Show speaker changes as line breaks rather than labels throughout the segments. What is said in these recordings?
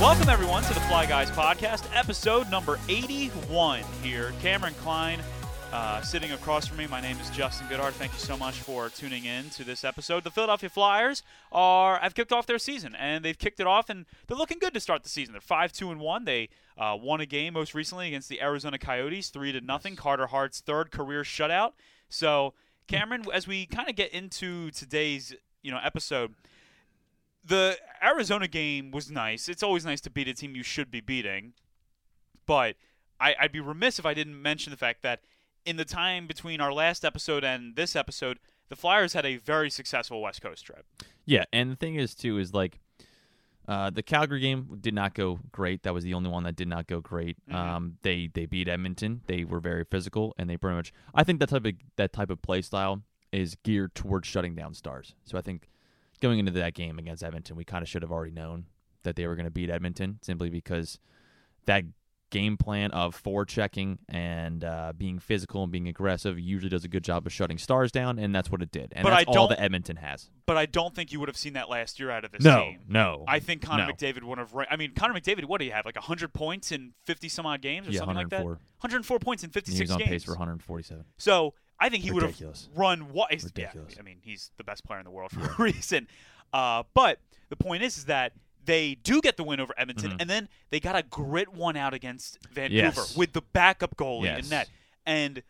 Welcome, everyone, to the Fly Guys podcast, episode number 81 here. Cameron Klein uh, sitting across from me. My name is Justin Goodhart. Thank you so much for tuning in to this episode. The Philadelphia Flyers are have kicked off their season, and they've kicked it off, and they're looking good to start the season. They're 5 2 and 1. They uh, won a game most recently against the Arizona Coyotes, 3 to nothing. Carter Hart's third career shutout. So, Cameron, as we kind of get into today's you know episode, the Arizona game was nice. It's always nice to beat a team you should be beating, but I, I'd be remiss if I didn't mention the fact that in the time between our last episode and this episode, the Flyers had a very successful West Coast trip.
Yeah, and the thing is too is like uh, the Calgary game did not go great. That was the only one that did not go great.
Mhm.
Um, they they beat Edmonton. They were very physical, and they pretty much. I think that type of that type of play style is geared towards shutting down stars. So I think going into that game against Edmonton, we kind of should have already known that they were going to beat Edmonton simply because that game plan of forechecking and uh, being physical and being aggressive usually does a good job of shutting stars down, and that's what it did. And
But
that's
I
all
don't-
that Edmonton has.
But I don't think you would have seen that last year out of this team.
no,
I think Connor
No.
McDavid would have. ra- I mean, Connor McDavid, what do you have? Like 100 points in 50 some odd games or
yeah,
something like that?
104.
104 points in
And he
56
was on
games.
pace for 147.
So I think he would have
Ridiculous.
run what is
Ridiculous.
Yeah, I mean, he's the best player in the world for a reason. Uh, but the point is, is that they do get the win over Edmonton,
Mhm.
and then they got to grit one out against Vancouver
Yes.
with the backup goalie
Yes.
in net, and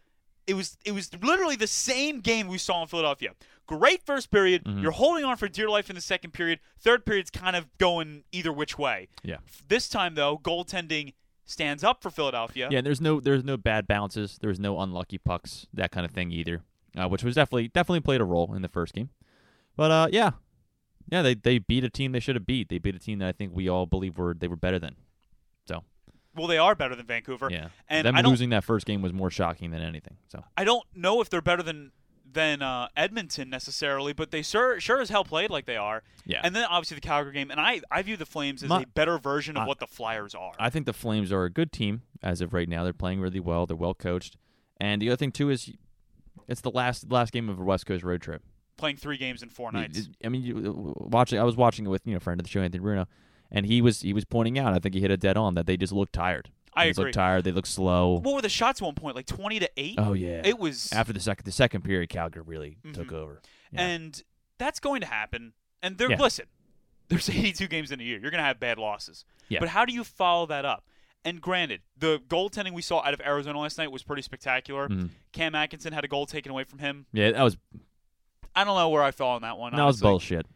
it was it was literally the same game we saw in Philadelphia. Great first period.
Mhm.
You're holding on for dear life in the second period. Third period's kind of going either which way.
Yeah.
This time though, goaltending stands up for Philadelphia.
Yeah, and there's no there's no bad bounces. There's no unlucky pucks, that kind of thing either, uh, which was definitely definitely played a role in the first game. But uh, yeah, yeah, they they beat a team they should have beat. They beat a team that I think we all believe were they were better than.
Well, they are better than Vancouver.
Yeah,
And
them
I don't
losing that first game was more shocking than anything. So
I don't know if they're better than than uh, Edmonton necessarily, but they sure sure as hell played like they are.
yeah,
And then obviously the Calgary game, and I, I view the Flames as
My-
a better version of
I-
what the Flyers are.
I think the Flames are a good team as of right now. They're playing really well. They're well coached. And the other thing too is, it's the last last game of a West Coast road trip.
playing three games in four
I mean,
nights.
it- I mean, you, watching. I was watching it with you know friend of the show Anthony Bruno, and he was he was pointing out. I think he hit it dead on that they just look tired.
I
they just
agree.
look tired. They look slow.
What were the shots at one point? Like twenty to eight.
oh yeah.
It was,
After the second the second period, Calgary really
Mhm.
took over. yeah.
and that's going to happen. And they're
Yeah.
listen, there's 82 games in a year. You're going to have bad losses.
Yeah.
But how do you follow that up? And granted, the goaltending we saw out of Arizona last night was pretty spectacular.
Mhm.
Cam Atkinson had a goal taken away from him.
Yeah, that was
I don't know where I fall on that one.
that was
honestly.
bullshit.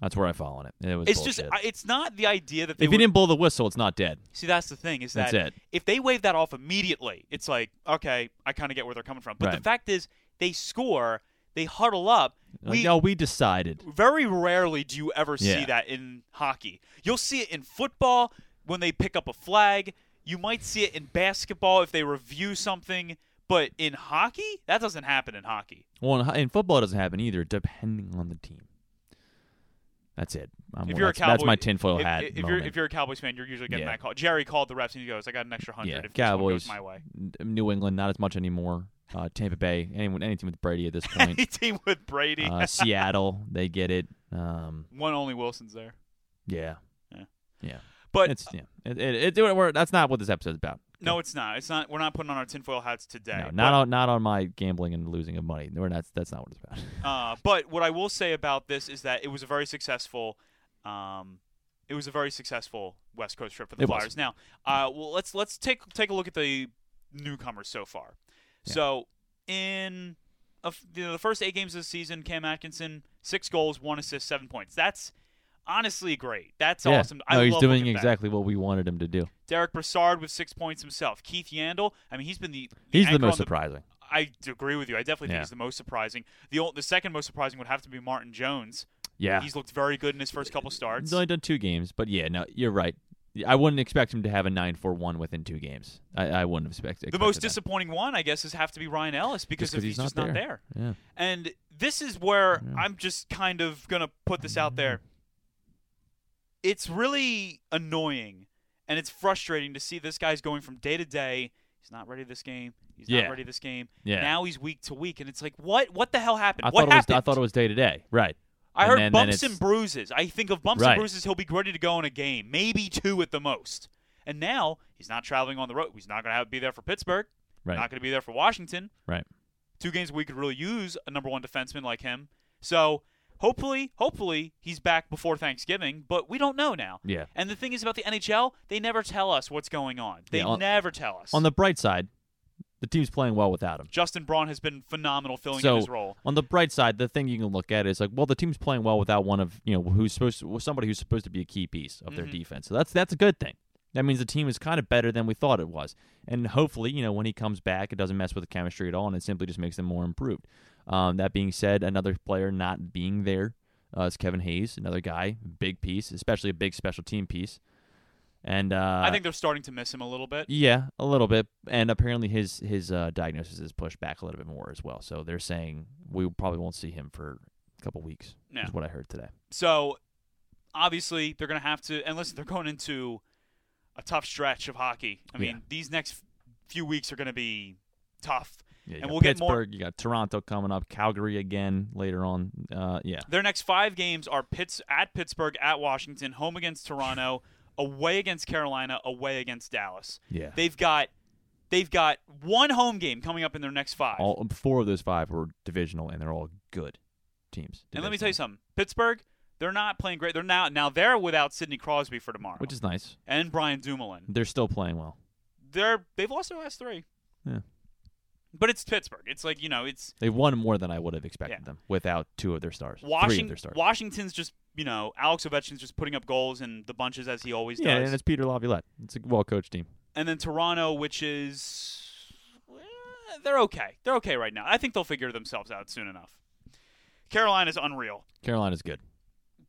That's where I fall on it. It was
It's
bullshit.
just I- it's not the idea that they
if you
would-
didn't blow the whistle, it's not dead.
see that's the thing is
That's
that
it.
if they wave that off immediately, it's like okay, I kind of get where they're coming from. But the
Right.
fact is, they score, they huddle up.
Like,
We
no, we decided.
very rarely do you ever see
Yeah.
that in hockey. You'll see it in football when they pick up a flag. You might see it in basketball if they review something, but in hockey, that doesn't happen in hockey.
Well, in, ho- in football, it doesn't happen either, depending on the team. That's it. I'm,
If you're a
that's, that's my
Cowboy-
tinfoil
If,
hat.
if you're
moment.
if you're a Cowboys fan, you're usually getting
Yeah.
that call. Jerry called the refs and he goes, "I got an extra hundred
Yeah,
if this one goes
Cowboys.
my way."
N- New England, not as much anymore. Uh, Tampa Bay, anyone, anything with Brady at this point.
Any team with Brady.
uh, Seattle, they get it. Um,
One only Wilson's there.
yeah,
Yeah.
yeah.
But
it's yeah. It, it, it, we're- that's not what this episode's about.
no, it's not. It's not. We're not putting on our tinfoil hats today.
No, not on not on my gambling and losing of money. We're not, that's not what it's about.
but, uh, but what I will say about this is that it was a very successful. Um, it was a very successful West Coast trip for the
It was.
Flyers. Now, uh, well, let's let's take take a look at the newcomers so far.
Yeah.
So in of you know, the first eight games of the season, Cam Atkinson six goals, one assist, seven points. That's honestly great. That's
yeah.
awesome. I
No, he's
love
doing
looking at that.
exactly what we wanted him to do.
Derek Brassard with six points himself. Keith Yandel, I mean, he's been the, the
He's the
anchor
most
on
surprising.
I d- agree with you. I definitely think
Yeah.
he's the most surprising. The ol the second most surprising would have to be Martin Jones.
Yeah,
He's looked very good in his first couple starts.
He's only done two games, but yeah, no, you're right. I wouldn't expect him to have a 9-4-1 within two games. I, I wouldn't expect.
The most disappointing one, I guess, is have to be Ryan Ellis because
Just
if
'cause he's not
just not there.
Yeah.
And this is where
Yeah.
I'm just kind of going to put this out there. It's really annoying and it's frustrating to see this guy's going from day to day. He's not ready this game. He's
Yeah.
not ready this game.
Yeah.
Now he's week to week, and it's like, what? What the hell happened?
I
what
thought it was
happened?
I thought it was day to day. Right.
I
And
heard
then- then
bumps
it's-
and bruises. I think of bumps
Right.
and bruises, he'll be ready to go in a game, maybe two at the most. And now he's not traveling on the road. He's not going to have be there for Pittsburgh.
Right.
Not going to be there for Washington.
Right.
Two games we could really use a number one defenseman like him. So hopefully, hopefully he's back before Thanksgiving. But we don't know now.
Yeah.
And the thing is about the NHL, they never tell us what's going on. They
Yeah, on-
never tell us.
On the bright side, the team's playing well without him.
Justin Braun has been phenomenal filling
so
in his role.
on the bright side, the thing you can look at is like, well, the team's playing well without one of you know who's supposed to, well, somebody who's supposed to be a key piece of their
Mhm.
defense. So that's that's a good thing. That means the team is kind of better than we thought it was, and hopefully, you know, when he comes back, it doesn't mess with the chemistry at all, and it simply just makes them more improved. Um, that being said, another player not being there uh, is Kevin Hayes, another guy, big piece, especially a big special team piece. And uh,
I think they're starting to miss him a little bit.
yeah, a little bit, and apparently his his uh, diagnosis is pushed back a little bit more as well. So they're saying we probably won't see him for a couple weeks.
Yeah.
Is what I heard today.
So obviously they're going to have to and listen, they're going into a tough stretch of hockey. I mean,
Yeah.
these next f- few weeks are going to be tough.
Yeah,
And
you got
we'll get more-
Pittsburgh. You got Toronto coming up, Calgary again later on. Uh, yeah,
Their next 5 games are Pitts at Pittsburgh, at Washington, home against Toronto, away against Carolina, away against Dallas.
yeah.
They've got they've got one home game coming up in their next 5.
All four of those five were divisional, and they're all good teams.
and let me tell
divisional,
you something. Pittsburgh, they're not playing great. They're now now they're without Sidney Crosby for tomorrow.
which is nice.
and Brian Dumoulin.
They're still playing well.
they're they've lost their last three.
Yeah.
But it's Pittsburgh. It's like you know, it's
They've won more than I would have expected
Yeah.
them without two of their stars, three of
Washington.
their stars.
Washington's just you know Alex Ovechkin's just putting up goals and the bunches as he always
yeah,
does.
and it's Peter Laviolette. It's a well-coached team.
and then Toronto, which is well, they're okay. They're okay right now. I think they'll figure themselves out soon enough. Carolina's unreal.
Carolina's good.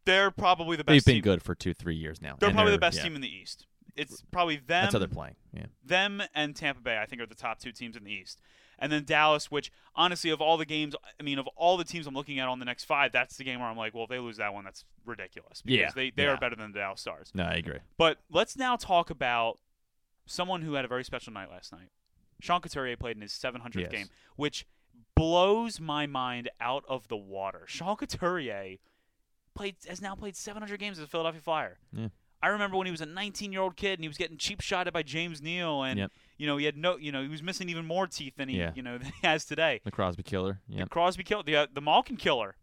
They're probably the best.
They've been
team.
good for two, three years now.
They're
and
probably the best
yeah,
team in the East. It's probably them.
That's how they're playing. Yeah,
them and Tampa Bay, I think, are the top two teams in the East. And then Dallas, which honestly, of all the games, I mean, of all the teams I'm looking at on the next five, that's the game where I'm like, well, if they lose that one, that's ridiculous. Because
Yeah,
they, they
yeah.
are better than the Dallas Stars.
no, I agree.
But let's now talk about someone who had a very special night last night. Sean Couturier played in his 700th
Yes.
game, which blows my mind out of the water. Sean Couturier played has now played 700 games as a Philadelphia Flyer.
Yeah.
I remember when he was a 19-year-old kid and he was getting cheap shotted by James Neal, and
Yep.
you know he had no, you know he was missing even more teeth than he,
Yeah.
you know, than he has today.
The Crosby killer.
The
Yeah,
Crosby killed the uh, the Malkin killer,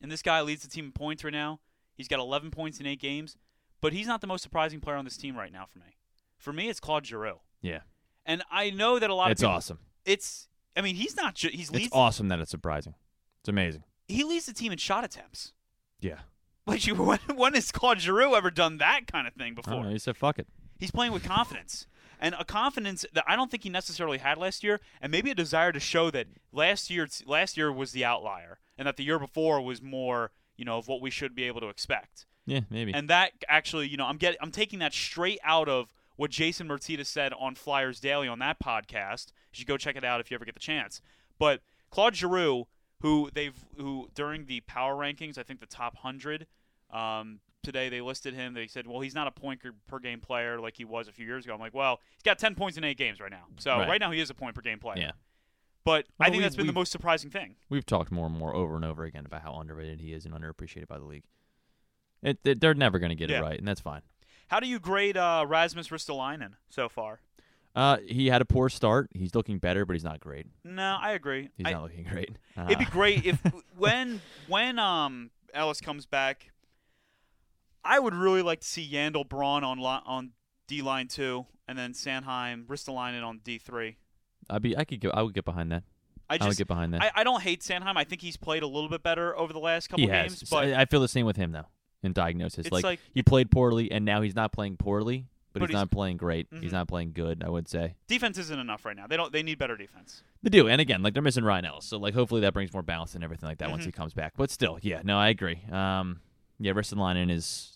and this guy leads the team in points right now. He's got 11 points in eight games, but he's not the most surprising player on this team right now for me. For me, it's Claude Giroux,
yeah.
and I know that a lot
It's
of people,
awesome.
It's I mean he's not ju- he's leads
It's awesome that it's surprising. It's amazing.
he leads the team in shot attempts.
Yeah.
Like you, when, when has Claude Giroux ever done that kind of thing
I don't know.
before?
You said fuck it.
He's playing with confidence. And a confidence that I don't think he necessarily had last year, and maybe a desire to show that last year last year was the outlier, and that the year before was more, you know, of what we should be able to expect.
Yeah, maybe.
And that actually, you know, I'm getting I'm taking that straight out of what Jason Martita said on Flyers Daily on that podcast. You should go check it out if you ever get the chance. But Claude Giroux, who they've who during the power rankings, I think the top hundred, um, today they listed him. They said, well, he's not a point per- per game player like he was a few years ago. I'm like, well, he's got ten points in eight games right now. So
Right.
right, now he is a point per game player.
Yeah.
But I
Well,
think
we-
that's been the
we-
most surprising thing.
We've talked more and more over and over again about how underrated he is and underappreciated by the league. It, they- they're never going to get
Yeah.
it right, and that's fine.
How do you grade uh, Rasmus Ristolainen so far?
Uh, he had a poor start. He's looking better, but he's not great.
No, I agree.
He's
I-
not looking great.
It'd be
Uh,
great if when when um Ellis comes back, I would really like to see Yandel Braun on li- on D line two, and then Sanheim Ristolainen on D three.
I'd be. I could. Go, I would get behind that.
I
I would
just
get behind that.
I, I don't hate Sanheim. I think he's played a little bit better over the last couple
he has.
games,
So
but
I I feel the same with him though in diagnosis.
It's
like,
like-
he played poorly, and now he's not playing poorly, but,
But
he's,
he's-
not playing great.
Mhm.
He's not playing good. I would say
defense isn't enough right now. They don't. They need better defense.
they do. And again, like they're missing Ryan Ellis, so like hopefully that brings more balance and everything like that once
Mhm.
he comes back. But still, yeah, no, I agree. Um, yeah, Ristolainen is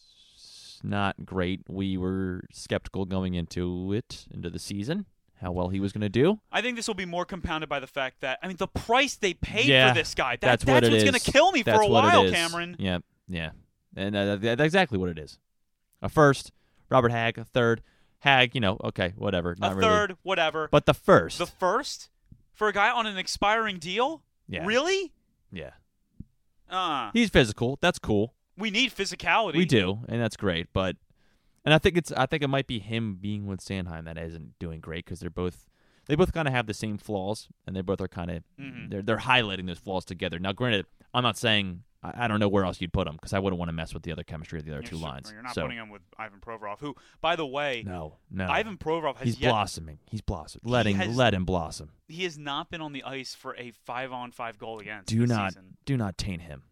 not great. We were skeptical going into it into the season how well he was going to do.
I think this will be more compounded by the fact that I mean the price they paid
Yeah,
for this guy. That,
that's
that's
what it
what's
is.
gonna kill me
That's
for a
what it
while,
is.
Cameron.
Yeah, yeah, and uh, that- that's exactly what it is. A first, Robert Hag, a third. Hag, you know, okay, whatever. Not
a
really.
third, whatever.
But the first.
The first for a guy on an expiring deal?
yeah.
Really?
Yeah.
Uh,
He's physical. That's cool.
we need physicality.
We do, and that's great. But and I think it's I think it might be him being with Sandheim that isn't doing great because they're both they both kind of have the same flaws, and they both are kind of
Mhm.
they're they're highlighting those flaws together. Now, granted, I'm not saying I, I don't know where else you'd put them because I wouldn't want to mess with the other chemistry of the other
You're
two
su-
lines.
You're not
so
putting him with Ivan Provorov, who, by the way,
no, no,
Ivan Provorov has
he's
yet
blossoming. He's blossoming. Let him
has-
let him blossom.
he has not been on the ice for a five on five goal against.
do
this
not
season.
do not taint him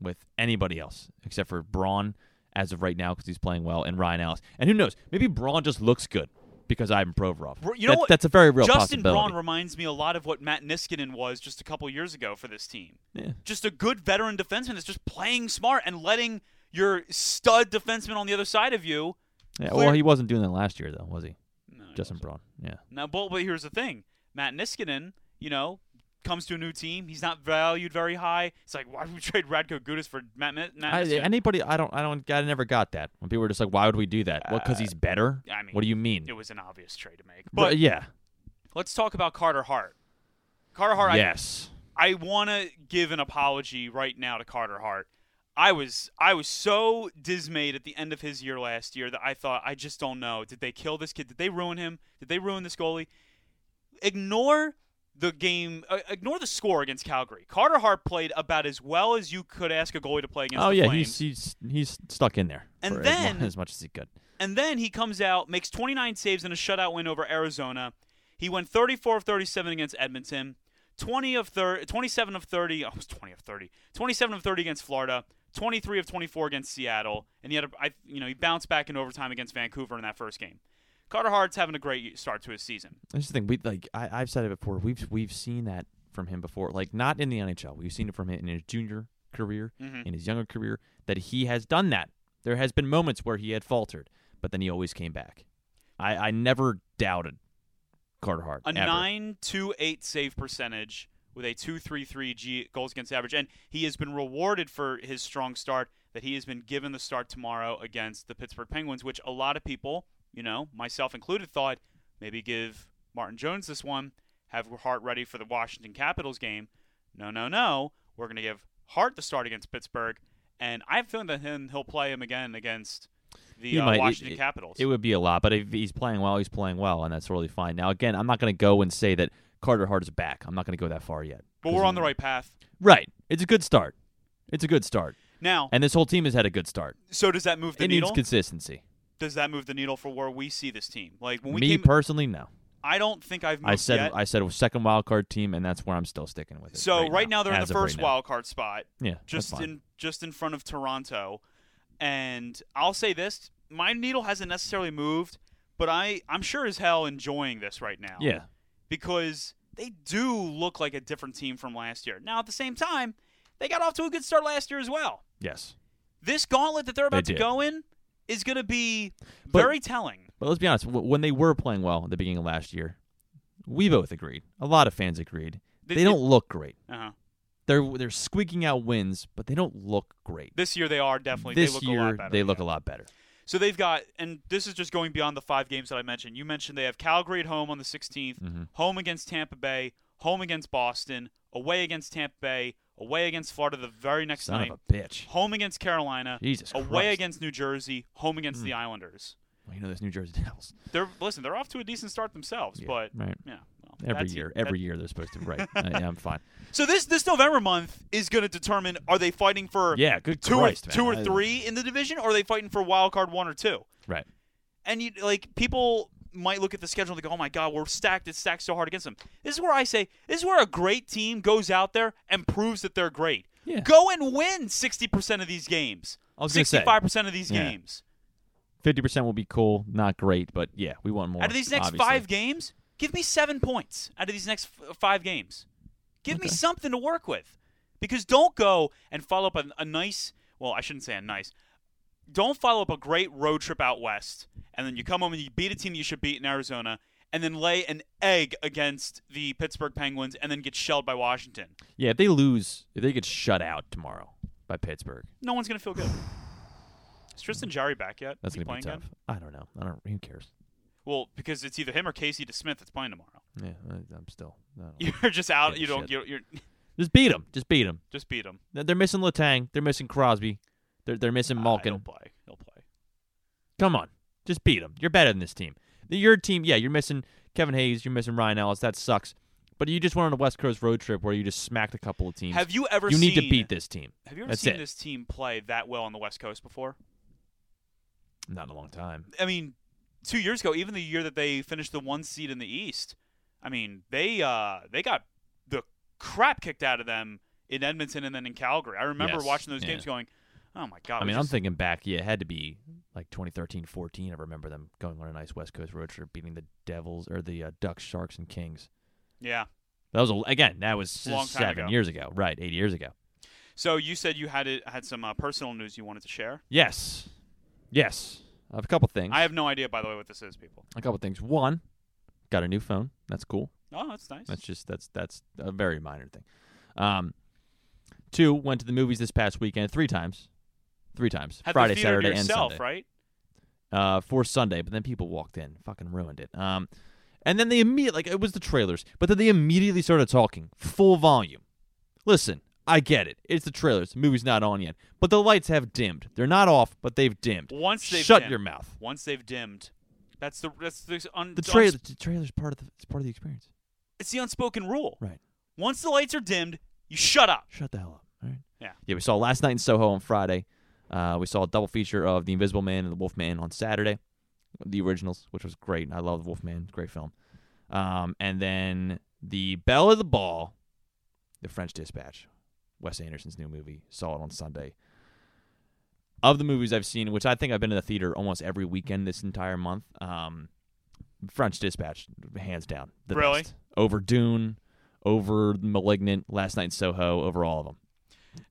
with anybody else except for Braun as of right now because he's playing well and Ryan Ellis. And who knows? Maybe Braun just looks good because Ivan Provorov.
Bro- you know
That-
what?
That's a very real
Justin Braun
possibility.
reminds me a lot of what Matt Niskanen was just a couple years ago for this team.
Yeah.
Just a good veteran defenseman that's just playing smart and letting your stud defenseman on the other side of you.
Yeah,
Clear-
well, he wasn't doing that last year though, was he?
No, he
Justin
wasn't.
Braun. Yeah.
Now, but, but here's the thing: Matt Niskanen, you know, comes to a new team. He's not valued very high. It's like why would we trade Radko Gudis for Matt, Ni- Matt
I,
Niskanen?
anybody? I don't. I don't. I never got that when people were just like, "Why would we do that?" Well, because he's better.
Uh, I mean,
what do you mean?
it was an obvious trade to make.
Bro-
But
yeah.
let's talk about Carter Hart. Carter Hart, I
yes.
I want to give an apology right now to Carter Hart. I was I was so dismayed at the end of his year last year that I thought I just don't know. Did they kill this kid? Did they ruin him? Did they ruin this goalie? Ignore the game. Uh, ignore the score against Calgary. Carter Hart played about as well as you could ask a goalie to play against.
Oh
the
yeah.
Flames.
He's he's he's stuck in there.
And
for as
then-
mu- as much as he could.
And then he comes out, makes 29 saves in a shutout win over Arizona. He went 34 of 37 against Edmonton, 20 of thir- 27 of 30, almost 20 of 30, 27 of 30 against Florida, 23 of 24 against Seattle, and he had a, I, you know, he bounced back in overtime against Vancouver in that first game. Carter Hart's having a great start to his season.
That's the thing. We like I, I've said it before. We've we've seen that from him before. Like not in the NHL. We've seen it from him in his junior career,
Mhm.
in his younger career, that he has done that. There has been moments where he had faltered, but then he always came back. I, I never doubted Carter Hart.
A
ever.
928 save percentage with a 233 G goals against average and he has been rewarded for his strong start that he has been given the start tomorrow against the Pittsburgh Penguins which a lot of people, you know, myself included thought maybe give Martin Jones this one, have Hart ready for the Washington Capitals game. No, no, no. We're going to give Hart the start against Pittsburgh and I have a feeling that him he'll play him again against the
He
uh,
might. It-
Washington Capitals.
It would be a lot, but if he's playing well, he's playing well, and that's really fine. Now again, I'm not going to go and say that Carter Hart is back. I'm not going to go that far yet.
but we're on the right path.
Right. It's a good start. It's a good start,
Now,
and this whole team has had a good start.
so does that move the
it
needle?
needs consistency.
does that move the needle for where we see this team? Like when we
Me
came,
personally, no.
I don't think I've moved
I said
yet.
I said second wild card team, and that's where I'm still sticking with it.
so right, now, they're in
as
the
of right
first
now.
wild card spot,
Yeah, that's
just
fine.
in just in front of Toronto, and I'll say this: my needle hasn't necessarily moved, but I I'm sure as hell enjoying this right now.
Yeah,
because they do look like a different team from last year. Now at the same time, they got off to a good start last year as well.
yes.
This gauntlet that they're about
They
to
did.
go in is going to be
But-
very telling.
But let's be honest. w- When they were playing well at the beginning of last year, we both agreed. A lot of fans agreed.
They-
They, don't look great.
Uh-huh.
They're they're squeaking out wins, but they don't look great.
This year they are definitely.
this
they look
year,
a lot better.
they look
yeah.
a lot better.
So they've got, and this is just going beyond the five games that I mentioned. You mentioned they have Calgary at home on the 16th,
Mhm.
home against Tampa Bay, home against Boston, away against Tampa Bay, away against Florida the very next
Son
night,
of a bitch.
home against Carolina,
Jesus
away
Christ. Mm.
against New Jersey, home against the Islanders.
Well, you know those New Jersey Devils.
They're listen, they're off to a decent start themselves,
Yeah,
but
right.
yeah, well,
Every
that's-
year,
that-
every year they're supposed to. Right. I, I'm fine.
so this this November month is going to determine are they fighting for
Yeah. Good
two
Christ,
or
man.
two or
I-
three in the division, or are they fighting for wild card one or two?
Right.
and you like people might look at the schedule and they go, "Oh my God, we're stacked. It's stacked so hard against them." This is where I say, this is where a great team goes out there and proves that they're great.
Yeah.
Go and win sixty percent of these games.
I was gonna say.
Sixty-five percent of these
Yeah.
games.
Fifty percent will be cool. Not great, but yeah, we want more.
Out of these next
obviously.
five games, give me seven points. Out of these next f- five games, give me
Okay.
something to work with. Because don't go and follow up a, a nice. Well, I shouldn't say a nice. Don't follow up a great road trip out west, and then you come home and you beat a team you should beat in Arizona, and then lay an egg against the Pittsburgh Penguins, and then get shelled by Washington.
Yeah, if they lose, if they get shut out tomorrow by Pittsburgh,
No one's gonna feel good. Is Tristan Jarry back yet?
that's
Is he
gonna be
playing
tough.
again?
I don't know. I don't. Who cares?
Well, because it's either him or Casey DeSmith that's playing tomorrow.
Yeah, I, I'm still. I don't know.
You're just out.
Give a
You don't.
shit.
You're, you're,
Just beat them. Just beat them.
Just beat him.
They're missing Latang. They're missing Crosby. They're they're missing Malkin.
Ah, he'll play. He'll play.
Come on, just beat them. You're better than this team. Your team, yeah, you're missing Kevin Hayes. You're missing Ryan Ellis. That sucks. But you just went on a West Coast road trip where you just smacked a couple of teams.
Have you ever
you
seen,
need to beat this team.
Have you ever
That's
seen
it.
this team play that well on the West Coast before?
Not in a long time.
I mean, two years ago, even the year that they finished the one seed in the East, I mean, they uh, they got the crap kicked out of them in Edmonton and then in Calgary. I remember
Yes,
watching those
yeah.
games going, "Oh my god!"
I
we
mean, I'm
just-
thinking back. Yeah, it had to be like 2013, 14. I remember them going on a nice West Coast road trip, beating the Devils or the uh, Ducks, Sharks, and Kings.
yeah.
That was a, again. That was
Long time
seven
ago.
years ago, right? Eight years ago.
So you said you had it, had some uh, personal news you wanted to share.
Yes, yes. I have a couple things.
I have no idea, by the way, what this is, people.
a couple things. One, got a new phone. That's cool.
Oh, that's nice.
That's just that's that's a very minor thing. Um, two went to the movies this past weekend three times, three times.
Had
Friday,
the theater
Saturday,
to yourself,
and Sunday.
right?
Uh, for Sunday, but then people walked in, fucking ruined it. Um, and then they immediately like it was the trailers, but then they immediately started talking full volume. Listen, I get it. It's the trailers. The movie's not on yet, but the lights have dimmed. They're not off, but they've dimmed.
Once they've
shut
dimmed.
your mouth.
Once they've dimmed, that's the that's the, un,
The
uns-
trailer, the trailer's part of the it's part of the experience.
It's the unspoken rule.
Right.
Once the lights are dimmed, you shut up.
Shut the hell up. All right.
Yeah.
Yeah. We saw last night in Soho on Friday. Uh, we saw a double feature of The Invisible Man and The Wolfman on Saturday, the originals, which was great. I love The Wolfman. Great film. Um, and then The Bell of the Ball, The French Dispatch, Wes Anderson's new movie. Saw it on Sunday. Of the movies I've seen, which I think I've been in the theater almost every weekend this entire month, um, French Dispatch, hands down, the
Really?
best. Over Dune, over Malignant, Last Night in Soho, over all of them.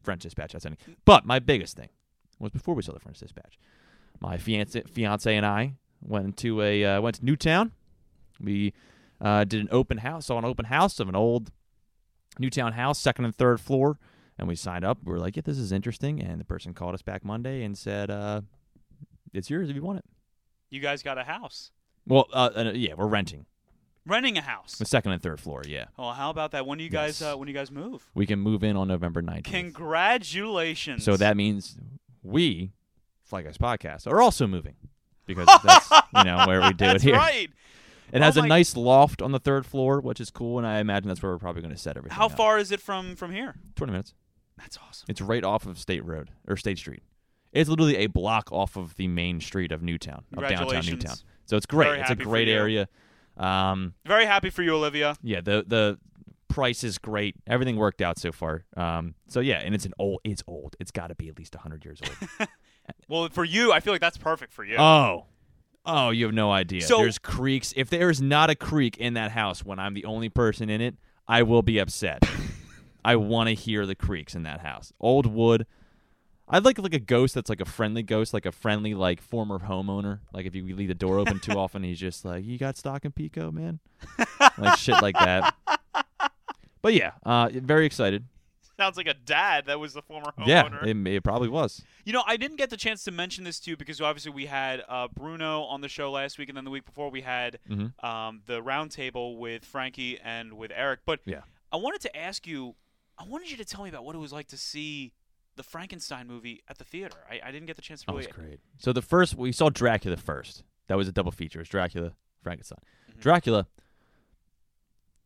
French Dispatch, that's any. But my biggest thing was before we saw the French Dispatch. My fiance, fiance and I went to a uh, went to Newtown. We uh, did an open house, saw an open house of an old Newtown house, second and third floor, and we signed up. We were like, "Yeah, this is interesting." And the person called us back Monday and said, uh, "It's yours if you want it."
You guys got a house.
Well, uh, uh, yeah, we're renting
Renting a house.
the second and third floor. Yeah,
Oh, how about that? When do you guys
Yes.
uh, when do you guys move?
we can move in on November nineteenth.
Congratulations.
So that means we, Fly Guys Podcast, are also moving because that's you know where we do
That's
it here.
right.
It
Oh
has a
my-
nice loft on the third floor, which is cool, and I imagine that's where we're probably going to set everything.
How
up.
far is it from from here?
Twenty minutes.
That's awesome.
It's right off of State Road or State Street. It's literally a block off of the main street of Newtown, of downtown
Congratulations.
Newtown. So it's great.
Very
it's a
happy for
great
you.
area. Um,
Very happy for you, Olivia.
yeah, the the price is great. Everything worked out so far. Um, so yeah, and it's an old. It's old. It's got to be at least hundred years old.
Well, for you, I feel like that's perfect for you.
Oh. Oh, you have no idea.
So-
There's creeks. If there is not a creek in that house when I'm the only person in it, I will be upset. I want to hear the creeks in that house. Old wood. I'd like like a ghost that's like a friendly ghost, like a friendly like former homeowner. Like if you leave the door open too often, he's just like, "You got stock in Pico, man," like shit like that. But yeah, uh, very excited.
Sounds like a dad that was the former homeowner.
yeah, it, it probably was.
You know, I didn't get the chance to mention this to you because obviously we had uh, Bruno on the show last week, and then the week before we had
Mhm.
um, the roundtable with Frankie and with Eric. But
Yeah.
I wanted to ask you, I wanted you to tell me about what it was like to see the Frankenstein movie at the theater. I, I didn't get the chance to
That
really.
was great. So the first we saw Dracula first. That was a double feature. It was Dracula, Frankenstein.
Mhm.
Dracula.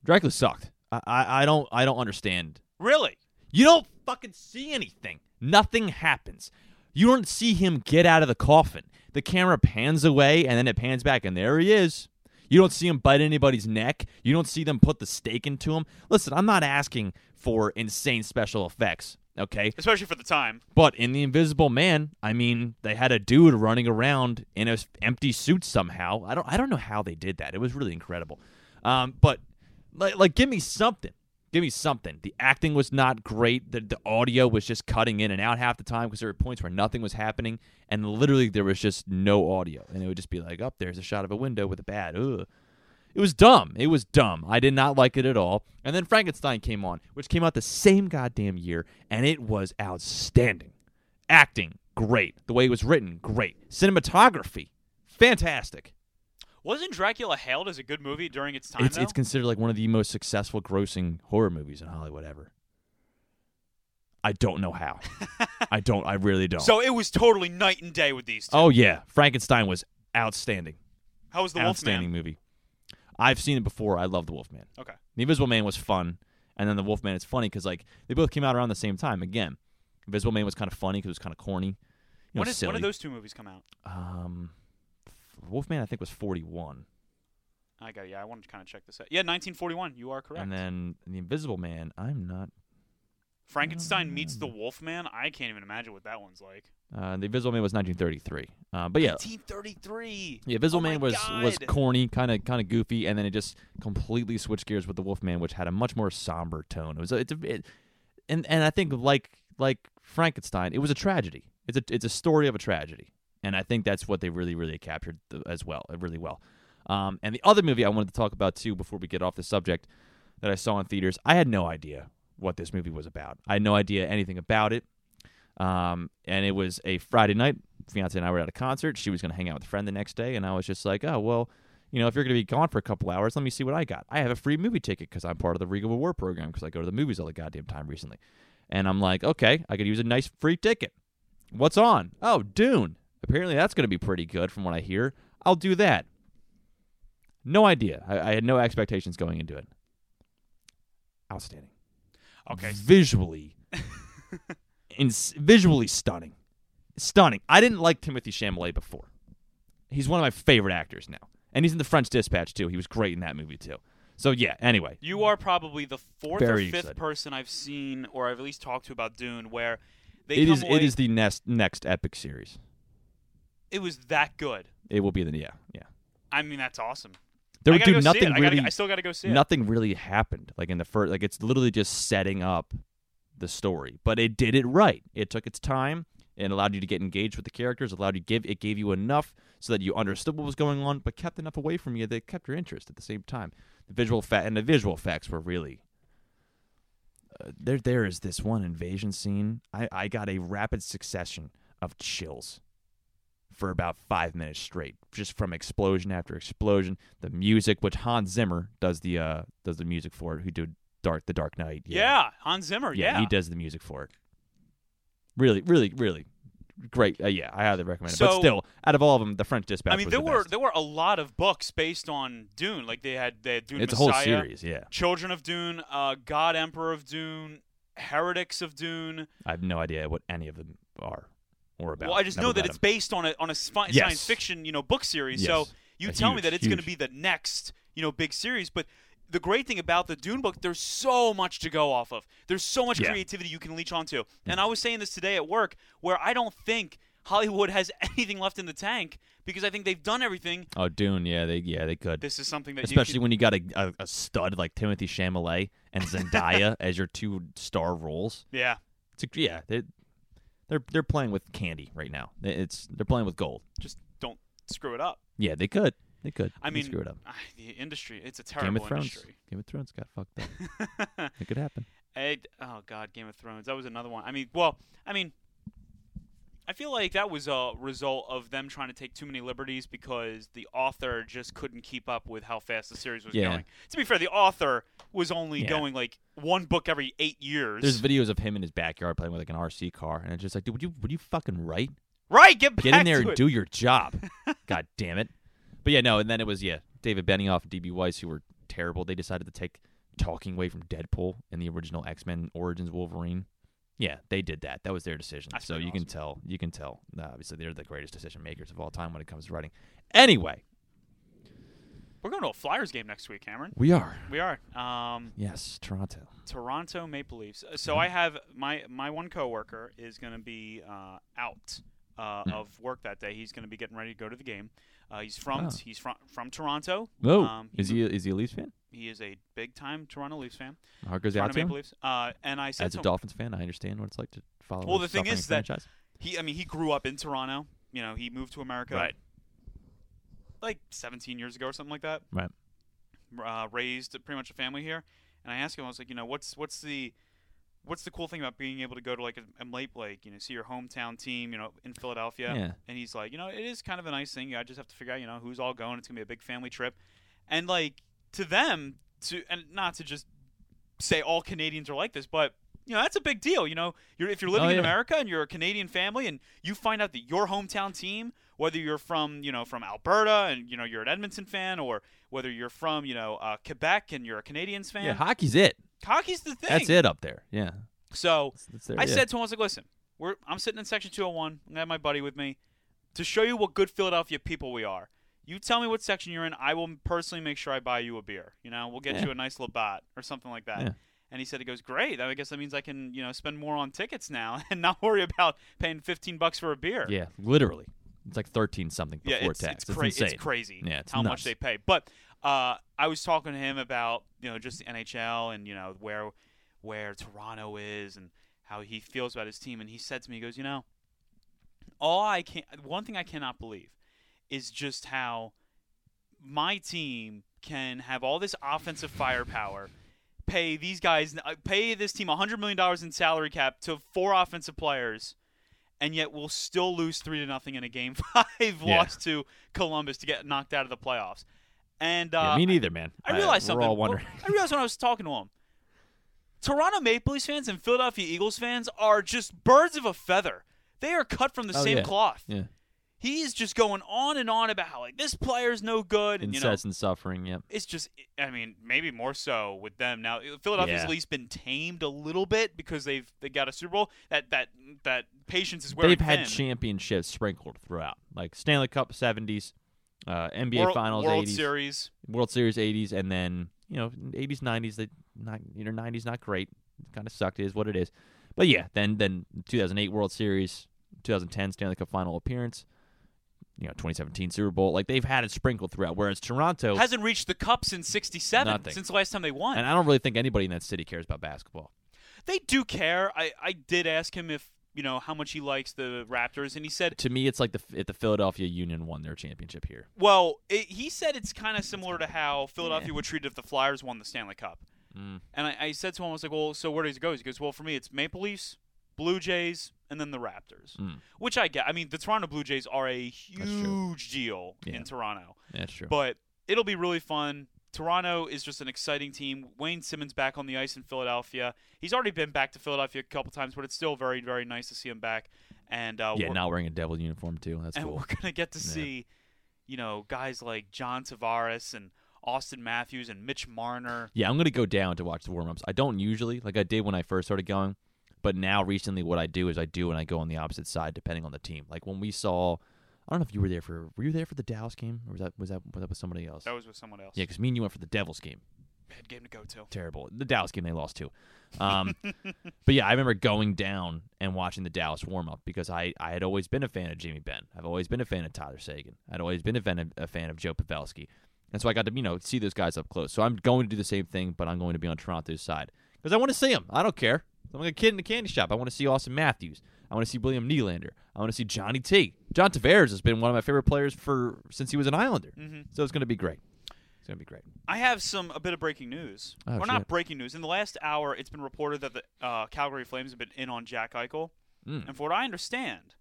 Dracula sucked. I, I I don't I don't understand.
Really?
You don't fucking see anything. Nothing happens. You don't see him get out of the coffin. The camera pans away and then it pans back and there he is. You don't see him bite anybody's neck. You don't see them put the stake into him. Listen, I'm not asking for insane special effects, okay?
Especially for the time.
But in The Invisible Man, I mean, they had a dude running around in an empty suit somehow. I don't I don't know how they did that. It was really incredible. Um, but like, like give me something. Give me something. The acting was not great. The, the audio was just cutting in and out half the time because there were points where nothing was happening and literally there was just no audio. And it would just be like, up there's a shot of a window with a bat. Ugh. It was dumb. It was dumb. I did not like it at all. And then Frankenstein came on, which came out the same goddamn year, and it was outstanding. Acting, great. The way it was written, great. Cinematography, fantastic.
Wasn't Dracula hailed as a good movie during its time?
It's,
though?
it's considered like one of the most successful grossing horror movies in Hollywood ever. I don't know how. I don't. I really don't.
So it was totally night and day with these two.
oh yeah, Frankenstein was outstanding.
How was the
outstanding
Wolfman?
movie. I've seen it before. I love the Wolfman.
Okay.
The Invisible Man was fun, and then the Wolfman is funny because like they both came out around the same time. Again, Invisible Man was kind of funny because it was kind of corny. You know,
When, is,
silly.
when did those two movies come out?
Um, Wolfman I think was forty one,
I got it. Yeah, I wanted to kind of check this out. Yeah, 1941. You are correct.
and then the Invisible Man. I'm not.
Frankenstein meets the Wolfman. I can't even imagine what that one's like.
Uh, the Invisible Man was 1933. Uh, but yeah,
1933.
yeah, Invisible
Oh my
Man was was
God.
corny, kind of kind of goofy, and then it just completely switched gears with the Wolfman, which had a much more somber tone. It was a, it's a, it, and and I think like like Frankenstein, it was a tragedy. It's a it's a story of a tragedy, and I think that's what they really really captured th- as well, uh, really well. Um, and the other movie I wanted to talk about too before we get off the subject that I saw in theaters, I had no idea what this movie was about. I had no idea anything about it. Um, and it was a Friday night. Fiance and I were at a concert. She was going to hang out with a friend the next day, and I was just like, oh well, you know, if you're going to be gone for a couple hours, let me see what I got. I have a free movie ticket because I'm part of the Regal Reward program because I go to the movies all the goddamn time recently. And I'm like, okay, I could use a nice free ticket. What's on? Oh, Dune. Apparently that's going to be pretty good from what I hear. I'll do that. No idea. I, I had no expectations going into it. Outstanding
Okay.
visually ins- visually stunning stunning i didn't like timothy chalamet before he's one of my favorite actors now and he's in the french dispatch too he was great in that movie too so yeah anyway
You are probably the fourth
Very
or fifth
excited.
person I've seen or I've at least talked to about Dune where they
it
come
is
away,
it is the next next epic series
it was that good.
it will be the yeah yeah
I mean, that's awesome.
there
I
would
gotta
do
go see
nothing
it. I, gotta,
really
I still got to go see it.
nothing really happened like in the first like it's literally just setting up the story but it did it right it took its time and allowed you to get engaged with the characters allowed you give it gave you enough so that you understood what was going on but kept enough away from you that it kept your interest at the same time the visual fa- and the visual effects were really uh, there there is this one invasion scene i i got a rapid succession of chills for about five minutes straight, just from explosion after explosion. The music, which Hans Zimmer does the uh does the music for, it, who did Dark the Dark Knight.
Yeah. Hans Zimmer.
yeah, he does the music for it. Really, really, really great. Uh, yeah, I highly recommend it. but
So-
still, out of all of them, the French Dispatch.
I mean,
was
there
the
were
best.
there were a lot of books based on Dune. Like they had they had Dune
it's
Messiah,
a whole series. Yeah,
Children of Dune, uh, God Emperor of Dune, Heretics of Dune.
I have no idea what any of them are or about.
Well, I just
Never
know that
read
it's
'em.
based on a on a sci-
Yes.
science fiction you know book series. So
Yes.
you
A
tell me
huge,
that it's going to
huge-
be the next you know big series, but. The great thing about the Dune book, there's so much to go off of. There's so much
Yeah. Mm-hmm.
creativity you can leech onto. And I was saying this today at work, where I don't think Hollywood has anything left in the tank because I think they've done everything.
Oh, Dune. Yeah, they yeah they could.
This is something that you
especially
can-
when you got a, a, a stud like Timothy Chalamet and Zendaya as your two star roles.
yeah.
It's a, yeah, they, they're they're playing with candy right now. It's they're playing with gold.
just don't screw it up.
Yeah, they could, they could.
I
They
mean,
screw it up.
ah, the industry, it's a
Game
terrible
of Thrones.
industry.
Game of Thrones got fucked up. it could happen.
Ed, oh god, Game of Thrones. That was another one. I mean, well, I mean, I feel like that was a result of them trying to take too many liberties because the author just couldn't keep up with how fast the series was
Yeah.
going. To be fair, the author was only
Yeah.
going like one book every eight years.
There's videos of him in his backyard playing with like an RC car, and it's just like, dude, would you would you fucking write?
right, get back
Get in there
to
and
it.
do your job. God damn it. But yeah, no, and then it was yeah, David Benioff and DB Weiss who were terrible. They decided to take talking away from Deadpool and the original X Men Origins Wolverine. Yeah, they did that. That was their decision.
That's
so
pretty
you can tell, you can tell. Uh, Obviously, they're the greatest decision makers of all time when it comes to writing. Anyway,
We're going to a Flyers game next week, Cameron.
we are
We are. Um,
yes, Toronto.
Toronto Maple Leafs. Uh, So I have my my one coworker is going to be uh, out uh,
Hmm.
of work that day. He's going to be getting ready to go to the game. Uh, he's from
Oh.
he's from from Toronto.
Whoa,
Um,
is he a, is he a Leafs fan?
He is a big time Toronto Leafs fan.
Heart goes out
Toronto
to him.
Maple Leafs. Uh, and I said
As
to
a
him-
Dolphins fan, I understand what it's like to follow.
Well,
a
the thing
suffering
is that-
franchise.
he I mean he grew up in Toronto. You know he moved to America
Right.
like 17 years ago or something like that.
Right.
Uh, raised pretty much a family here, and I asked him I was like you know what's what's the What's the cool thing about being able to go to like a, a Maple Lake, you know, see your hometown team, you know, in Philadelphia?
yeah,
And he's like, you know, it is kind of a nice thing. I just have to figure out, you know, who's all going. It's gonna be a big family trip, and like to them, to and not to just say all Canadians are like this, but You know, that's a big deal. You know, you're, if you're living
Oh,
in
yeah.
America and you're a Canadian family and you find out that your hometown team, whether you're from, you know, from Alberta and, you know, you're an Edmonton fan or whether you're from, you know, uh, Quebec and you're a Canadians fan,
Yeah, hockey's it.
hockey's the thing.
That's it up there. Yeah.
So
That's, that's their-
I
yeah.
said to him, I was like, listen, we're, I'm sitting in section 201. I have my buddy with me. To show you what good Philadelphia people we are, you tell me what section you're in. I will personally make sure I buy you a beer. You know, we'll get
Yeah.
you a nice Labatt or something like that.
Yeah.
And he said, he goes, great. I guess that means I can, you know, spend more on tickets now and not worry about paying 15 bucks for a beer.
Yeah, literally. It's like 13 something
Yeah,
before
it's,
tax.
it's, cra-
insane.
it's crazy
Yeah, it's
how much
nuts.
they pay. But uh, I was talking to him about you know just the NHL and you know where where Toronto is and how he feels about his team. And he said to me, he goes, you know, all I can one thing I cannot believe is just how my team can have all this offensive firepower. Pay these guys, uh, pay this team $100 million in salary cap to four offensive players, and yet we'll still lose three to nothing in a game five
Yeah.
loss to Columbus to get knocked out of the playoffs. And uh,
yeah, me neither, man.
I realized
uh,
something.
We're all wondering.
I realized when I was talking to him. Toronto Maple Leafs fans and Philadelphia Eagles fans are just birds of a feather. They are cut from the
Oh,
same
yeah.
cloth.
yeah.
He's just going on and on about how like this player's no good, and you know
Incessant suffering. Yep.
it's just I mean maybe more so with them now. Philadelphia's
Yeah.
at least been tamed a little bit because they've they got a Super Bowl. That that that patience is wearing
They've had
thin.
championships sprinkled throughout, like Stanley Cup 70s, uh, NBA
World,
Finals
World
80s,
Series.
World Series 80s, and then you know 80s 90s. They not you know 90s not great. Kind of sucked. It is what it is. But yeah, then then 2008 World Series, 2010 Stanley Cup final appearance. You know, 2017 Super Bowl. Like they've had it sprinkled throughout. Whereas Toronto,
Hasn't reached the cup since '67,
Nothing.
since the last time they won.
and I don't really think anybody in that city cares about basketball.
They do care. I, I did ask him if you know how much he likes the Raptors, and he said,
To me, it's like the if the Philadelphia Union won their championship here.
well, it, he said it's kind of similar to how Philadelphia would treat it if the Flyers won the Stanley Cup.
Mm.
And I, I said to him, I was like, well, so where does it go? He goes, well, for me, it's Maple Leafs, Blue Jays, and then the Raptors,
Mm.
which I get. I mean, the Toronto Blue Jays are a
true.
huge deal
Yeah.
in Toronto,
That's true.
but it'll be really fun. Toronto is just an exciting team. Wayne Simmons back on the ice in Philadelphia. He's already been back to Philadelphia a couple times, but it's still very, very nice to see him back. And uh,
yeah,
we're-
not wearing a devil uniform too. That's
and
cool.
we're gonna get to
Yeah.
see, you know, guys like John Tavares and Austin Matthews and Mitch Marner.
Yeah, I'm gonna go down to watch the warm ups. I don't usually like I did when I first started going, but now recently what I do is I do and I go on the opposite side depending on the team. Like when we saw, I don't know if you were there for were you there for the Dallas game or was that was that was that with somebody else?
That was with someone else.
Yeah, because me and you went for the Devils game.
Bad game to go to.
terrible. The Dallas game they lost too. Um, but yeah, I remember going down and watching the Dallas warm up because I, I had always been a fan of Jimmy Benn. I've always been a fan of Tyler Sagan. I'd always been a fan of, a fan of Joe Pavelski. And so I got to you know see those guys up close. So I'm going to do the same thing, but I'm going to be on Toronto's side because I want to see them. I don't care. I'm like a kid in a candy shop. I want to see Austin Matthews. I want to see William Nylander. I want to see Johnny T. John Tavares has been one of my favorite players for since he was an Islander. So it's going to be great. It's going to be great.
Mm-hmm. I have some a bit of breaking news.
Oh,
We're not
shit.
breaking news. In the last hour, it's been reported that the uh, Calgary Flames have been in on Jack Eichel,
Mm.
and for what I understand,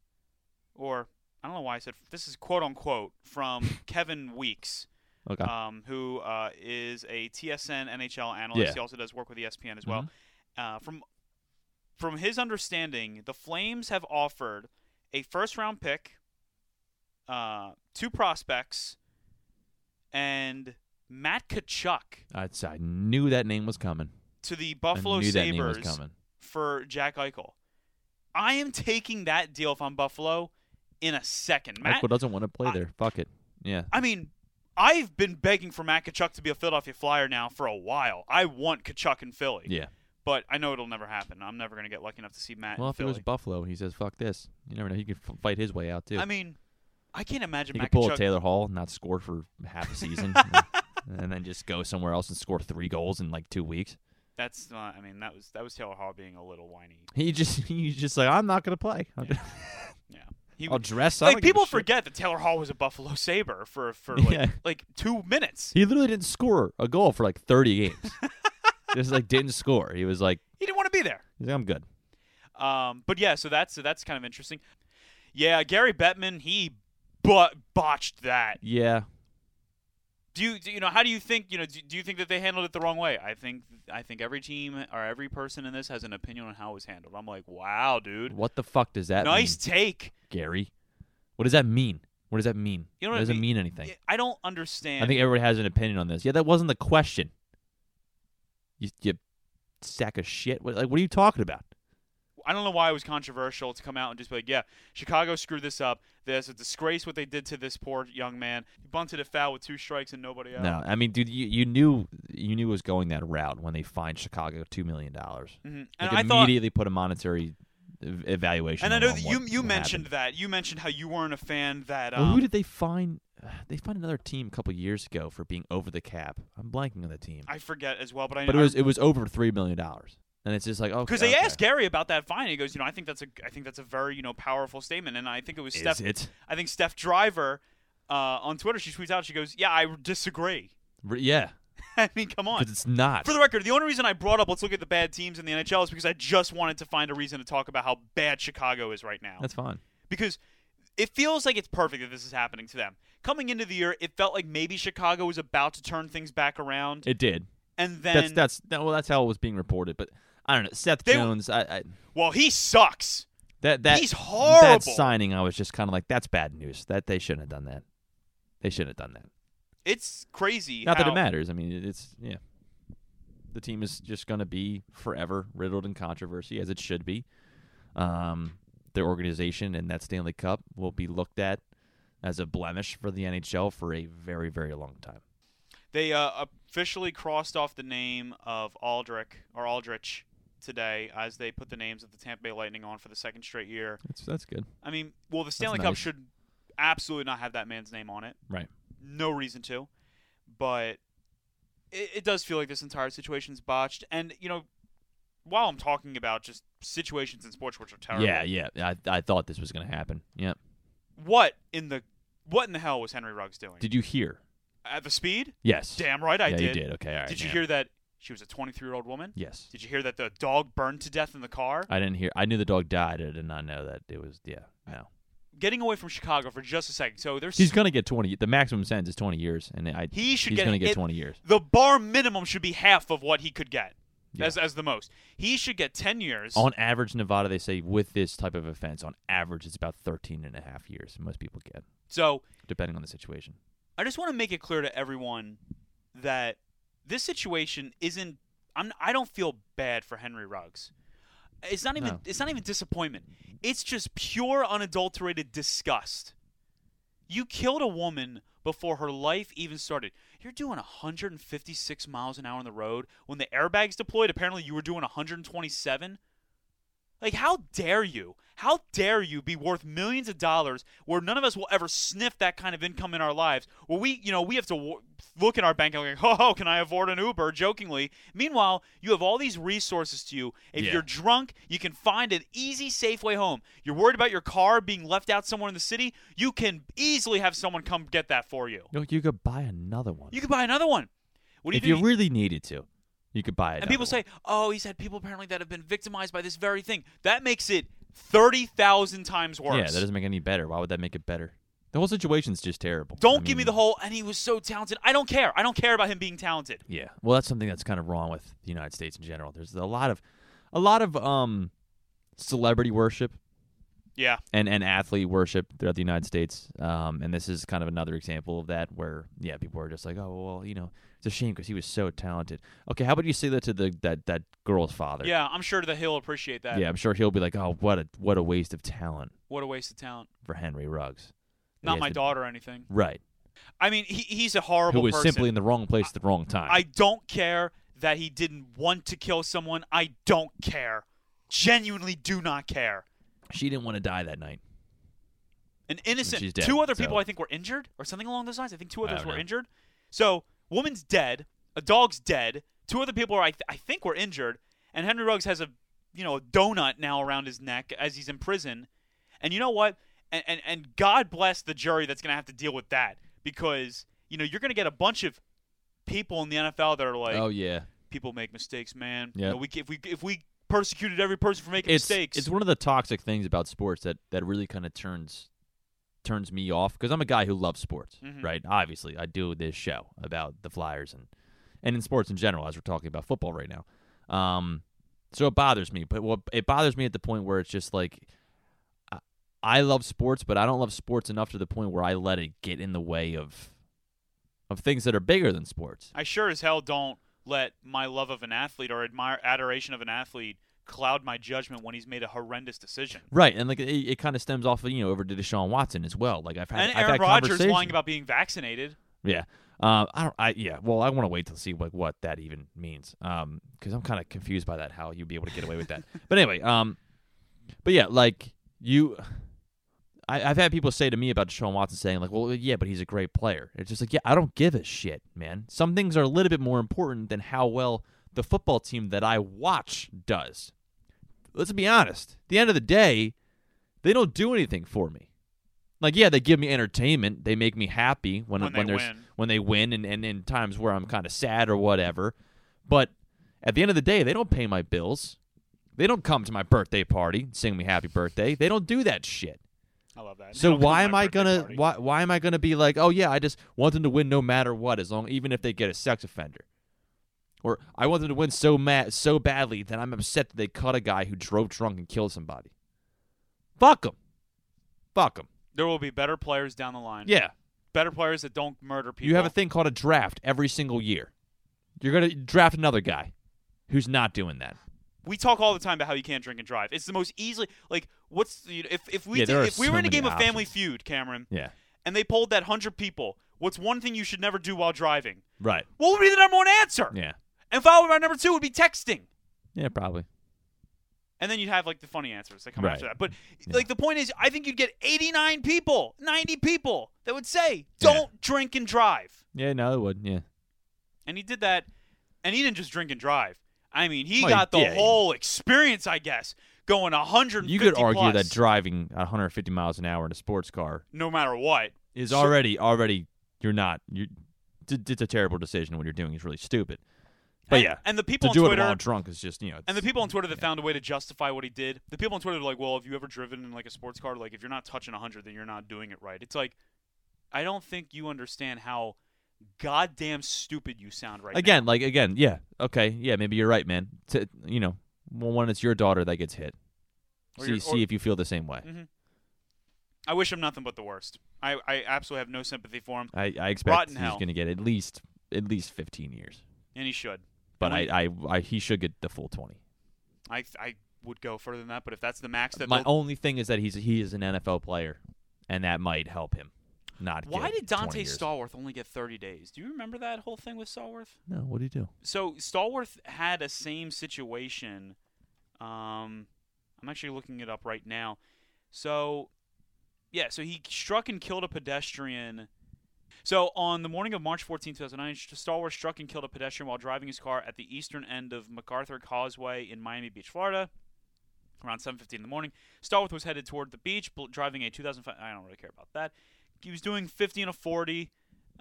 or I don't know why I said this is quote unquote from Kevin Weeks.
Okay.
um, who uh, is a TSN NHL analyst.
Yeah. Mm-hmm.
He also does work with E ESPN as well. Uh, from from his understanding, the Flames have offered a first round pick, uh, two prospects, and Matt Kachuk
I'd say I knew that name was coming.
to the Buffalo
I knew that name was
Sabers
coming.
for Jack Eichel. I am taking that deal if I'm Buffalo in a second. Matt,
Michael doesn't want to play
I-
there. Fuck it. Yeah.
I mean, I've been begging for Matt Kachuk to be a Philadelphia Flyer now for a while. I want Kachuk in Philly,
Yeah.
but I know it'll never happen. I'm never going to get lucky enough to see Matt
Well,
in
if it
Philly.
was Buffalo, he says, fuck this. You never know. He could f- fight his way out, too.
I mean, I can't imagine
he could
Matt
pull a
Kachuk.
Taylor Hall, not score for half a season, and then just go somewhere else and score three goals in like two weeks.
That's not, I mean, that was that was Taylor Hall being a little whiny.
He just, he's just like, I'm not going to play. I'm
Yeah.
gonna-
Yeah. He
I'll
was
dress up. I
like
don't give a
people
shit."
forget that Taylor Hall was a Buffalo Saber for for like,
Yeah.
like 2 minutes.
He literally didn't score a goal for like 30 games. just like didn't score. He was like,
He didn't want to be there.
he's like, I'm good.
Um, but yeah, so that's so that's kind of interesting. Yeah, Gary Bettman, he but botched that.
Yeah.
do you do you know how do you think you know do, do you think that they handled it the wrong way? I think I think every team or every person in this has an opinion on how it was handled. I'm like, wow, dude,
What the fuck does that
nice take.
mean, Gary? What does that mean? What does that mean?
You know what
it
I
doesn't
mean?
mean anything.
I don't understand.
I think everybody has an opinion on this. Yeah, that wasn't the question. You, you sack of shit. What, like, what are you talking about?
I don't know why it was controversial to come out and just be like, yeah, Chicago screwed this up. That's a disgrace what they did to this poor young man. He bunted a foul with two strikes and nobody out.
No, I mean, dude, you, you knew you knew it was going that route when they fined Chicago two million dollars.
hmm And
Like
I thought,
immediately put a monetary ev- evaluation.
and I
on-
know
on
that you
what
you
happened.
mentioned that. You mentioned how you weren't a fan that. Um,
Well, who did they find? They find another team a couple years ago for being over the cap. I'm blanking on the team,
I forget as well, but I
but it
I-
was it was over three million dollars, and it's just like okay.
Because they
okay.
asked Gary about that fine, he goes, you know, I think that's a, I think that's a very, you know, powerful statement, and I think it was Steph.
Is it?
I think Steph Driver uh, on Twitter, she tweets out, she goes, yeah, I disagree.
Re- yeah,
I mean, come on.
because it's not.
For the record, the only reason I brought up let's look at the bad teams in the NHL is because I just wanted to find a reason to talk about how bad Chicago is right now.
That's fine.
because it feels like it's perfect that this is happening to them. Coming into the year, it felt like maybe Chicago was about to turn things back around,
It did.
and then
that's that's that, well, that's how it was being reported. But I don't know. Seth
They-
Jones, I, I
well, he sucks.
that that
He's
That
horrible.
signing, I was just kind of like, that's bad news. That they shouldn't have done that. They shouldn't have done that.
It's crazy.
Not that it
how-
matters. I mean, it- it's yeah. The team is just going to be forever riddled in controversy, as it should be. Um, their organization and that Stanley Cup will be looked at as a blemish for the NHL for a very, very long time.
They uh, officially crossed off the name of Aldrich or Aldrich today as they put the names of the Tampa Bay Lightning on for the second straight year.
That's that's good.
I mean, well, the Stanley Cup
nice.
should absolutely not have that man's name on it.
Right.
No reason to. But it, it does feel like this entire situation's botched. And, you know, while I'm talking about just situations in sports which are terrible,
Yeah, yeah. I, I thought this was going to happen. Yeah.
what in the what in the hell was Henry Ruggs doing?
Did you hear?
At the speed?
Yes.
Damn right I
yeah,
did.
you did. Okay. All right.
Did you
yeah.
hear that she was a 23 year old woman?
Yes.
Did you hear that the dog burned to death in the car?
I didn't hear. I knew the dog died. I did not know that it was. Yeah. No.
Getting away from Chicago for just a second. So there's
He's gonna get twenty. The maximum sentence is twenty years, and I
he should
he's
get,
gonna get
it-
twenty years.
The bar minimum should be half of what he could get.
Yeah.
As, as the most, he should get ten years.
On average, Nevada, they say with this type of offense, on average, it's about 13 and a half years. Most people get,
so
depending on the situation.
I just want to make it clear to everyone that this situation isn't. I'm. I don't feel bad for Henry Ruggs. It's not even.
No.
It's not even disappointment. It's just pure, unadulterated disgust. You killed a woman before her life even started. You're doing 156 miles an hour on the road when the airbags deployed. Apparently, you were doing 127. Like, how dare you? How dare you be worth millions of dollars where none of us will ever sniff that kind of income in our lives? Where we, you know, we have to w- look in our bank and like, oh, can I afford an Uber? Jokingly. Meanwhile, you have all these resources to you. If
Yeah.
you're drunk, you can find an easy, safe way home. You're worried about your car being left out somewhere in the city. You can easily have someone come get that for you.
You, know, you could buy another one.
You can buy another one. What do you
if
think?
you really needed to, you could buy it.
And people say, "Oh, he's had people apparently that have been victimized by this very thing." That makes it thirty thousand times worse.
Yeah, that doesn't make any better. Why would that make it better? The whole situation's just terrible.
don't
I
give me
mean,
the whole. And he was so talented. I don't care. I don't care about him being talented.
Yeah. Well, that's something that's kind of wrong with the United States in general. There's a lot of, a lot of um, celebrity worship
Yeah,
and, and athlete worship throughout the United States. Um, and this is kind of another example of that where, yeah, people are just like, oh, well, you know, it's a shame because he was so talented. Okay, how about you say that to the that, that girl's father?
yeah. I'm sure that he'll appreciate that.
Yeah, I'm sure he'll be like, oh, what a what a waste of talent
What a waste of talent.
for Henry Ruggs. That he
Not
has
my
to-
daughter or anything.
Right.
I mean, he, he's a horrible
Who was
person.
simply in the wrong place at the wrong time.
I don't care that he didn't want to kill someone. I don't care. Genuinely, do not care.
she didn't want to die that night.
an innocent
she's dead,
two other
so-
people I think were injured or something along those lines. I think two
I
others
don't
were
know.
injured. So woman's dead, a dog's dead, two other people are I, th- I think were injured, and Henry Ruggs has a you know a donut now around his neck as he's in prison, and you know what? And and, and God bless the jury that's gonna have to deal with that because you know you're gonna get a bunch of people in the NFL that are like
oh yeah.
people make mistakes, man. You
Yep.
know, we c- if we if we persecuted every person for making
It's
mistakes,
it's one of the toxic things about sports that that really kind of turns turns me off because I'm a guy who loves sports,
Mhm.
right? Obviously, I do this show about the Flyers and and in sports in general, as we're talking about football right now. Um, so it bothers me, but what it bothers me at the point where it's just like I, I love sports, but I don't love sports enough to the point where I let it get in the way of of things that are bigger than sports.
I sure as hell don't let my love of an athlete or admire adoration of an athlete cloud my judgment when he's made a horrendous decision.
Right, and like it, it kind of stems off of you know over to Deshaun Watson as well. Like I've had,
And
I've
Aaron
had
Rodgers
conversations-
lying about being vaccinated.
Yeah. Um. I don't. I yeah. Well, I want to wait to see like what that even means. Um. Because I'm kind of confused by that. How you'd be able to get away with that. But anyway. Um. But yeah, like you. I, I've had people say to me about Deshaun Watson saying like, "Well, yeah, but he's a great player." It's just like, yeah, I don't give a shit, man. Some things are a little bit more important than how well the football team that I watch does. Let's be honest. At the end of the day, they don't do anything for me. Like, yeah, they give me entertainment. They make me happy when
When
when,
they
there's
win.
when they win, and and in times where I'm kind of sad or whatever. But at the end of the day, they don't pay my bills. They don't come to my birthday party and sing me happy birthday. They don't do that shit.
I love that.
So
Don't come
why
to
am
my
I
birthday
gonna
party.
why why am I gonna be like, oh yeah, I just want them to win no matter what, as long even if they get a sex offender, or I want them to win so mad so badly that I'm upset that they cut a guy who drove drunk and killed somebody. Fuck them, fuck them.
There will be better players down the line.
Yeah,
Better players that don't murder people.
you have a thing called a draft every single year. You're gonna draft another guy who's not doing that.
we talk all the time about how you can't drink and drive. It's the most easily like what's the, if if we
Yeah,
did-
there are
if we
so
were in a
many
game of Family Feud, Cameron,
Yeah,
and they polled that hundred people, what's one thing you should never do while driving?
right.
What would be the number one answer?
Yeah,
And followed by number two would be texting.
yeah, probably.
And then you'd have like the funny answers that come
Right.
after that. But
Yeah.
like the point is, I think you'd get 89 people, 90 people that would say,
Yeah.
"Don't drink and drive."
Yeah, no, it would. Yeah,
And he did that, and he didn't just drink and drive. I mean, he
Well, he
got the
did.
whole experience, I guess, going 150.
you could argue
plus,
that driving 150 miles an hour in a sports car
no matter what,
is
So-
already already you're not you it's a terrible decision what you're doing is really stupid but
and,
yeah
and the people
to
on
do
Twitter
it while drunk is just you know
and the people on Twitter that found a way to justify what he did. The people on Twitter are like, "Well, have you ever driven in like a sports car? Like, if you're not touching 100, then you're not doing it right." It's like, I don't think you understand how goddamn stupid you sound right now.
again like again yeah okay yeah maybe you're right man to, you know well, when it's your daughter that gets hit
Or
see
your- or- Mm-hmm.
see if you feel the same way
I wish him nothing but the worst. I, I absolutely have no sympathy for him,
I, I expect
Rotten
he's
hell.
going to get at least at least 15 years
and he should.
but
And
I, I I he should get the full 20
I I would go further than that, but if that's the max that
my
they'll-
only thing is that he's he is an NFL player and that might help him not
why
get
did
20
Dante
years.
Stallworth only get 30 days? Do you remember that whole thing with Stallworth?
no what do you do
So Stallworth had a same situation. Um, I'm actually looking it up right now. So, yeah, so he struck and killed a pedestrian. So on the morning of March 14, 2009, Stallworth struck and killed a pedestrian while driving his car at the eastern end of MacArthur Causeway in Miami Beach, Florida. Around 7:15 in the morning, Stallworth was headed toward the beach, bl- driving a 2005. I don't really care about that. He was doing 50 and a 40.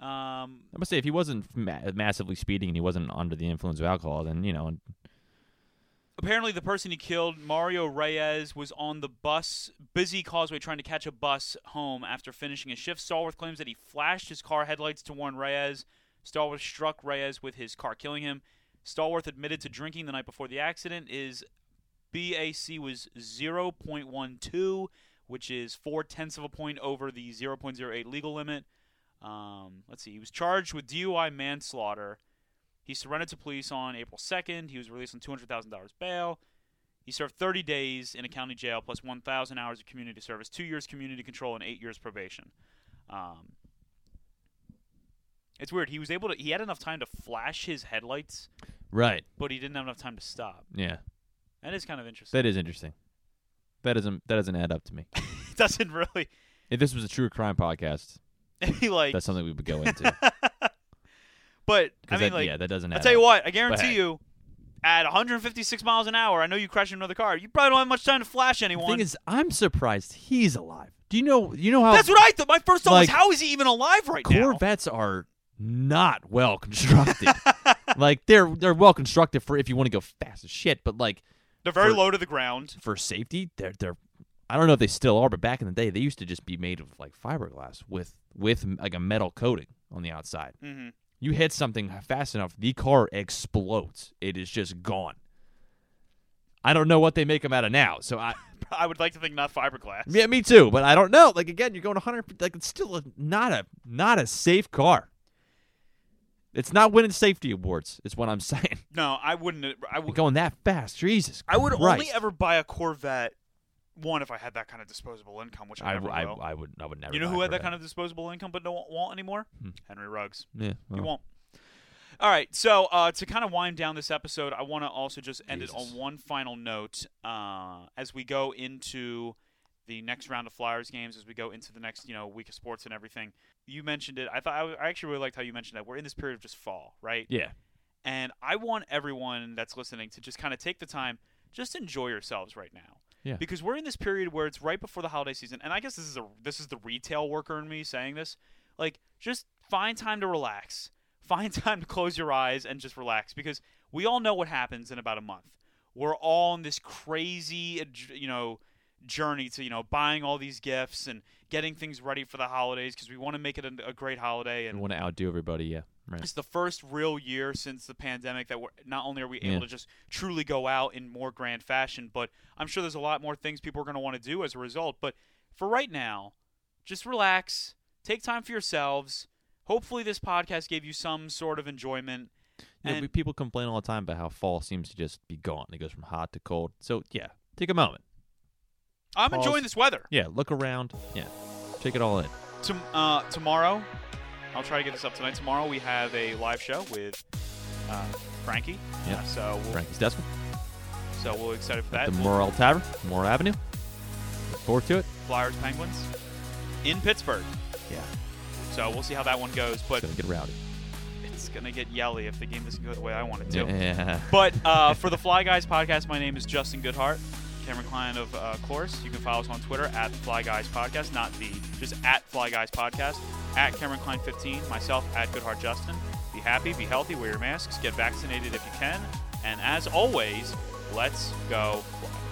Um,
I must say, if he wasn't ma- massively speeding and he wasn't under the influence of alcohol, then you know, and-
apparently the person he killed, Mario Reyes, was on the bus, busy causeway, trying to catch a bus home after finishing his shift. Stallworth claims that he flashed his car headlights to warn Reyes. Stallworth struck Reyes with his car, killing him. Stallworth admitted to drinking the night before the accident. His BAC was 0.12, which is four tenths of a point over the 0.08 legal limit. Um, let's see. He was charged with DUI manslaughter. He surrendered to police on April 2nd. He was released on $200,000 bail. He served 30 days in a county jail plus 1,000 hours of community service, two years community control, and eight years probation. Um, it's weird. He was able to. He had enough time to flash his headlights,
right,
but he didn't have enough time to stop.
yeah,
That is kind of interesting.
that is interesting. That doesn't that doesn't add up to me.
It doesn't really.
If this was a true crime podcast,
He like.
that's something we would go into. 'Cause
but I mean,
that,
like,
yeah, that doesn't.
I'll
add
tell you
up.
what, I guarantee
hey.
you, at 156 miles an hour, I know you crash into another car. You probably don't have much time to flash
The
anyone.
thing is, I'm surprised he's alive. Do you know? You know how
That's what I thought. My first thought
Oh. Like,
was, how is he even alive right now?
Corvettes are not well constructed. like they're they're well constructed for if you want to go fast as shit, but like
They're very
for-
low to the ground.
for safety, they're they're. I I don't know if they still are, but back in the day, they used to just be made of like fiberglass with with like a metal coating on the outside.
hmm
You hit something fast enough, the car explodes. It is just gone. I don't know what they make them out of now, so I
I would like to think not fiberglass.
yeah, me too, but I don't know. Like again, you're going 100 like it's still a, not a not a safe car. It's not winning safety awards, is what I'm saying.
No, I wouldn't. I
And
would.
going that fast, Jesus.
I would only
Christ.
ever buy a Corvette one if I had that kind of disposable income, which I,
I,
never
I,
will.
I would I would never.
you know
buy
who
a
had that
Corvette.
kind of disposable income but don't want anymore?
Hmm.
Henry Ruggs.
Yeah, well,
You won't. All right, so uh, to kind of wind down this episode, I want to also just end it
Jesus.
on one final note. Uh, as we go into the next round of Flyers games, as we go into the next you know week of sports and everything, you mentioned it. I thought I, I actually really liked how you mentioned that we're in this period of just fall, right?
Yeah,
And I want everyone that's listening to just kind of take the time, just enjoy yourselves right now.
Yeah.
Because we're in this period where it's right before the holiday season, and I guess this is a this is the retail worker in me saying this. Like, just find time to relax. Find time to close your eyes and just relax because we all know what happens in about a month. We're all on this crazy, uh, j- you know, journey to you know buying all these gifts and getting things ready for the holidays because we want to make it a, a great holiday and
and want to outdo everybody. Yeah, right.
it's the first real year since the pandemic that we're not only are we able
Yeah.
to just truly go out in more grand fashion, but I'm sure there's a lot more things people are going to want to do as a result. But for right now, just relax, take time for yourselves. Hopefully, this podcast gave you some sort of enjoyment.
You know,
And-
we- people complain all the time about how fall seems to just be gone. It goes from hot to cold. So yeah, take a moment.
I'm
Pause.
enjoying this weather.
Yeah, look around. Yeah, take it all in.
Tom- uh, tomorrow, I'll try to get this up tonight. Tomorrow we have a live show with uh, Frankie.
Yeah.
so we'll,
Frankie's Desk
so we'll excited for
at
that.
the
We'll-
Morrell Tavern, Morrell Avenue. Look forward to it.
Flyers Penguins in Pittsburgh.
Yeah,
So we'll see how that one goes,
it's
but
gonna get rowdy.
it's gonna get yelly if the game doesn't go the way I want it to.
Yeah.
But uh, for the Fly Guys podcast, my name is Justin Goodhart, Cameron Klein of uh, course. You can follow us on Twitter at Fly Guys Podcast, not the, just at Fly Guys Podcast, at Cameron Klein 15, myself at Goodhart Justin. Be happy, be healthy, wear your masks, get vaccinated if you can, and as always, let's go. Flyers.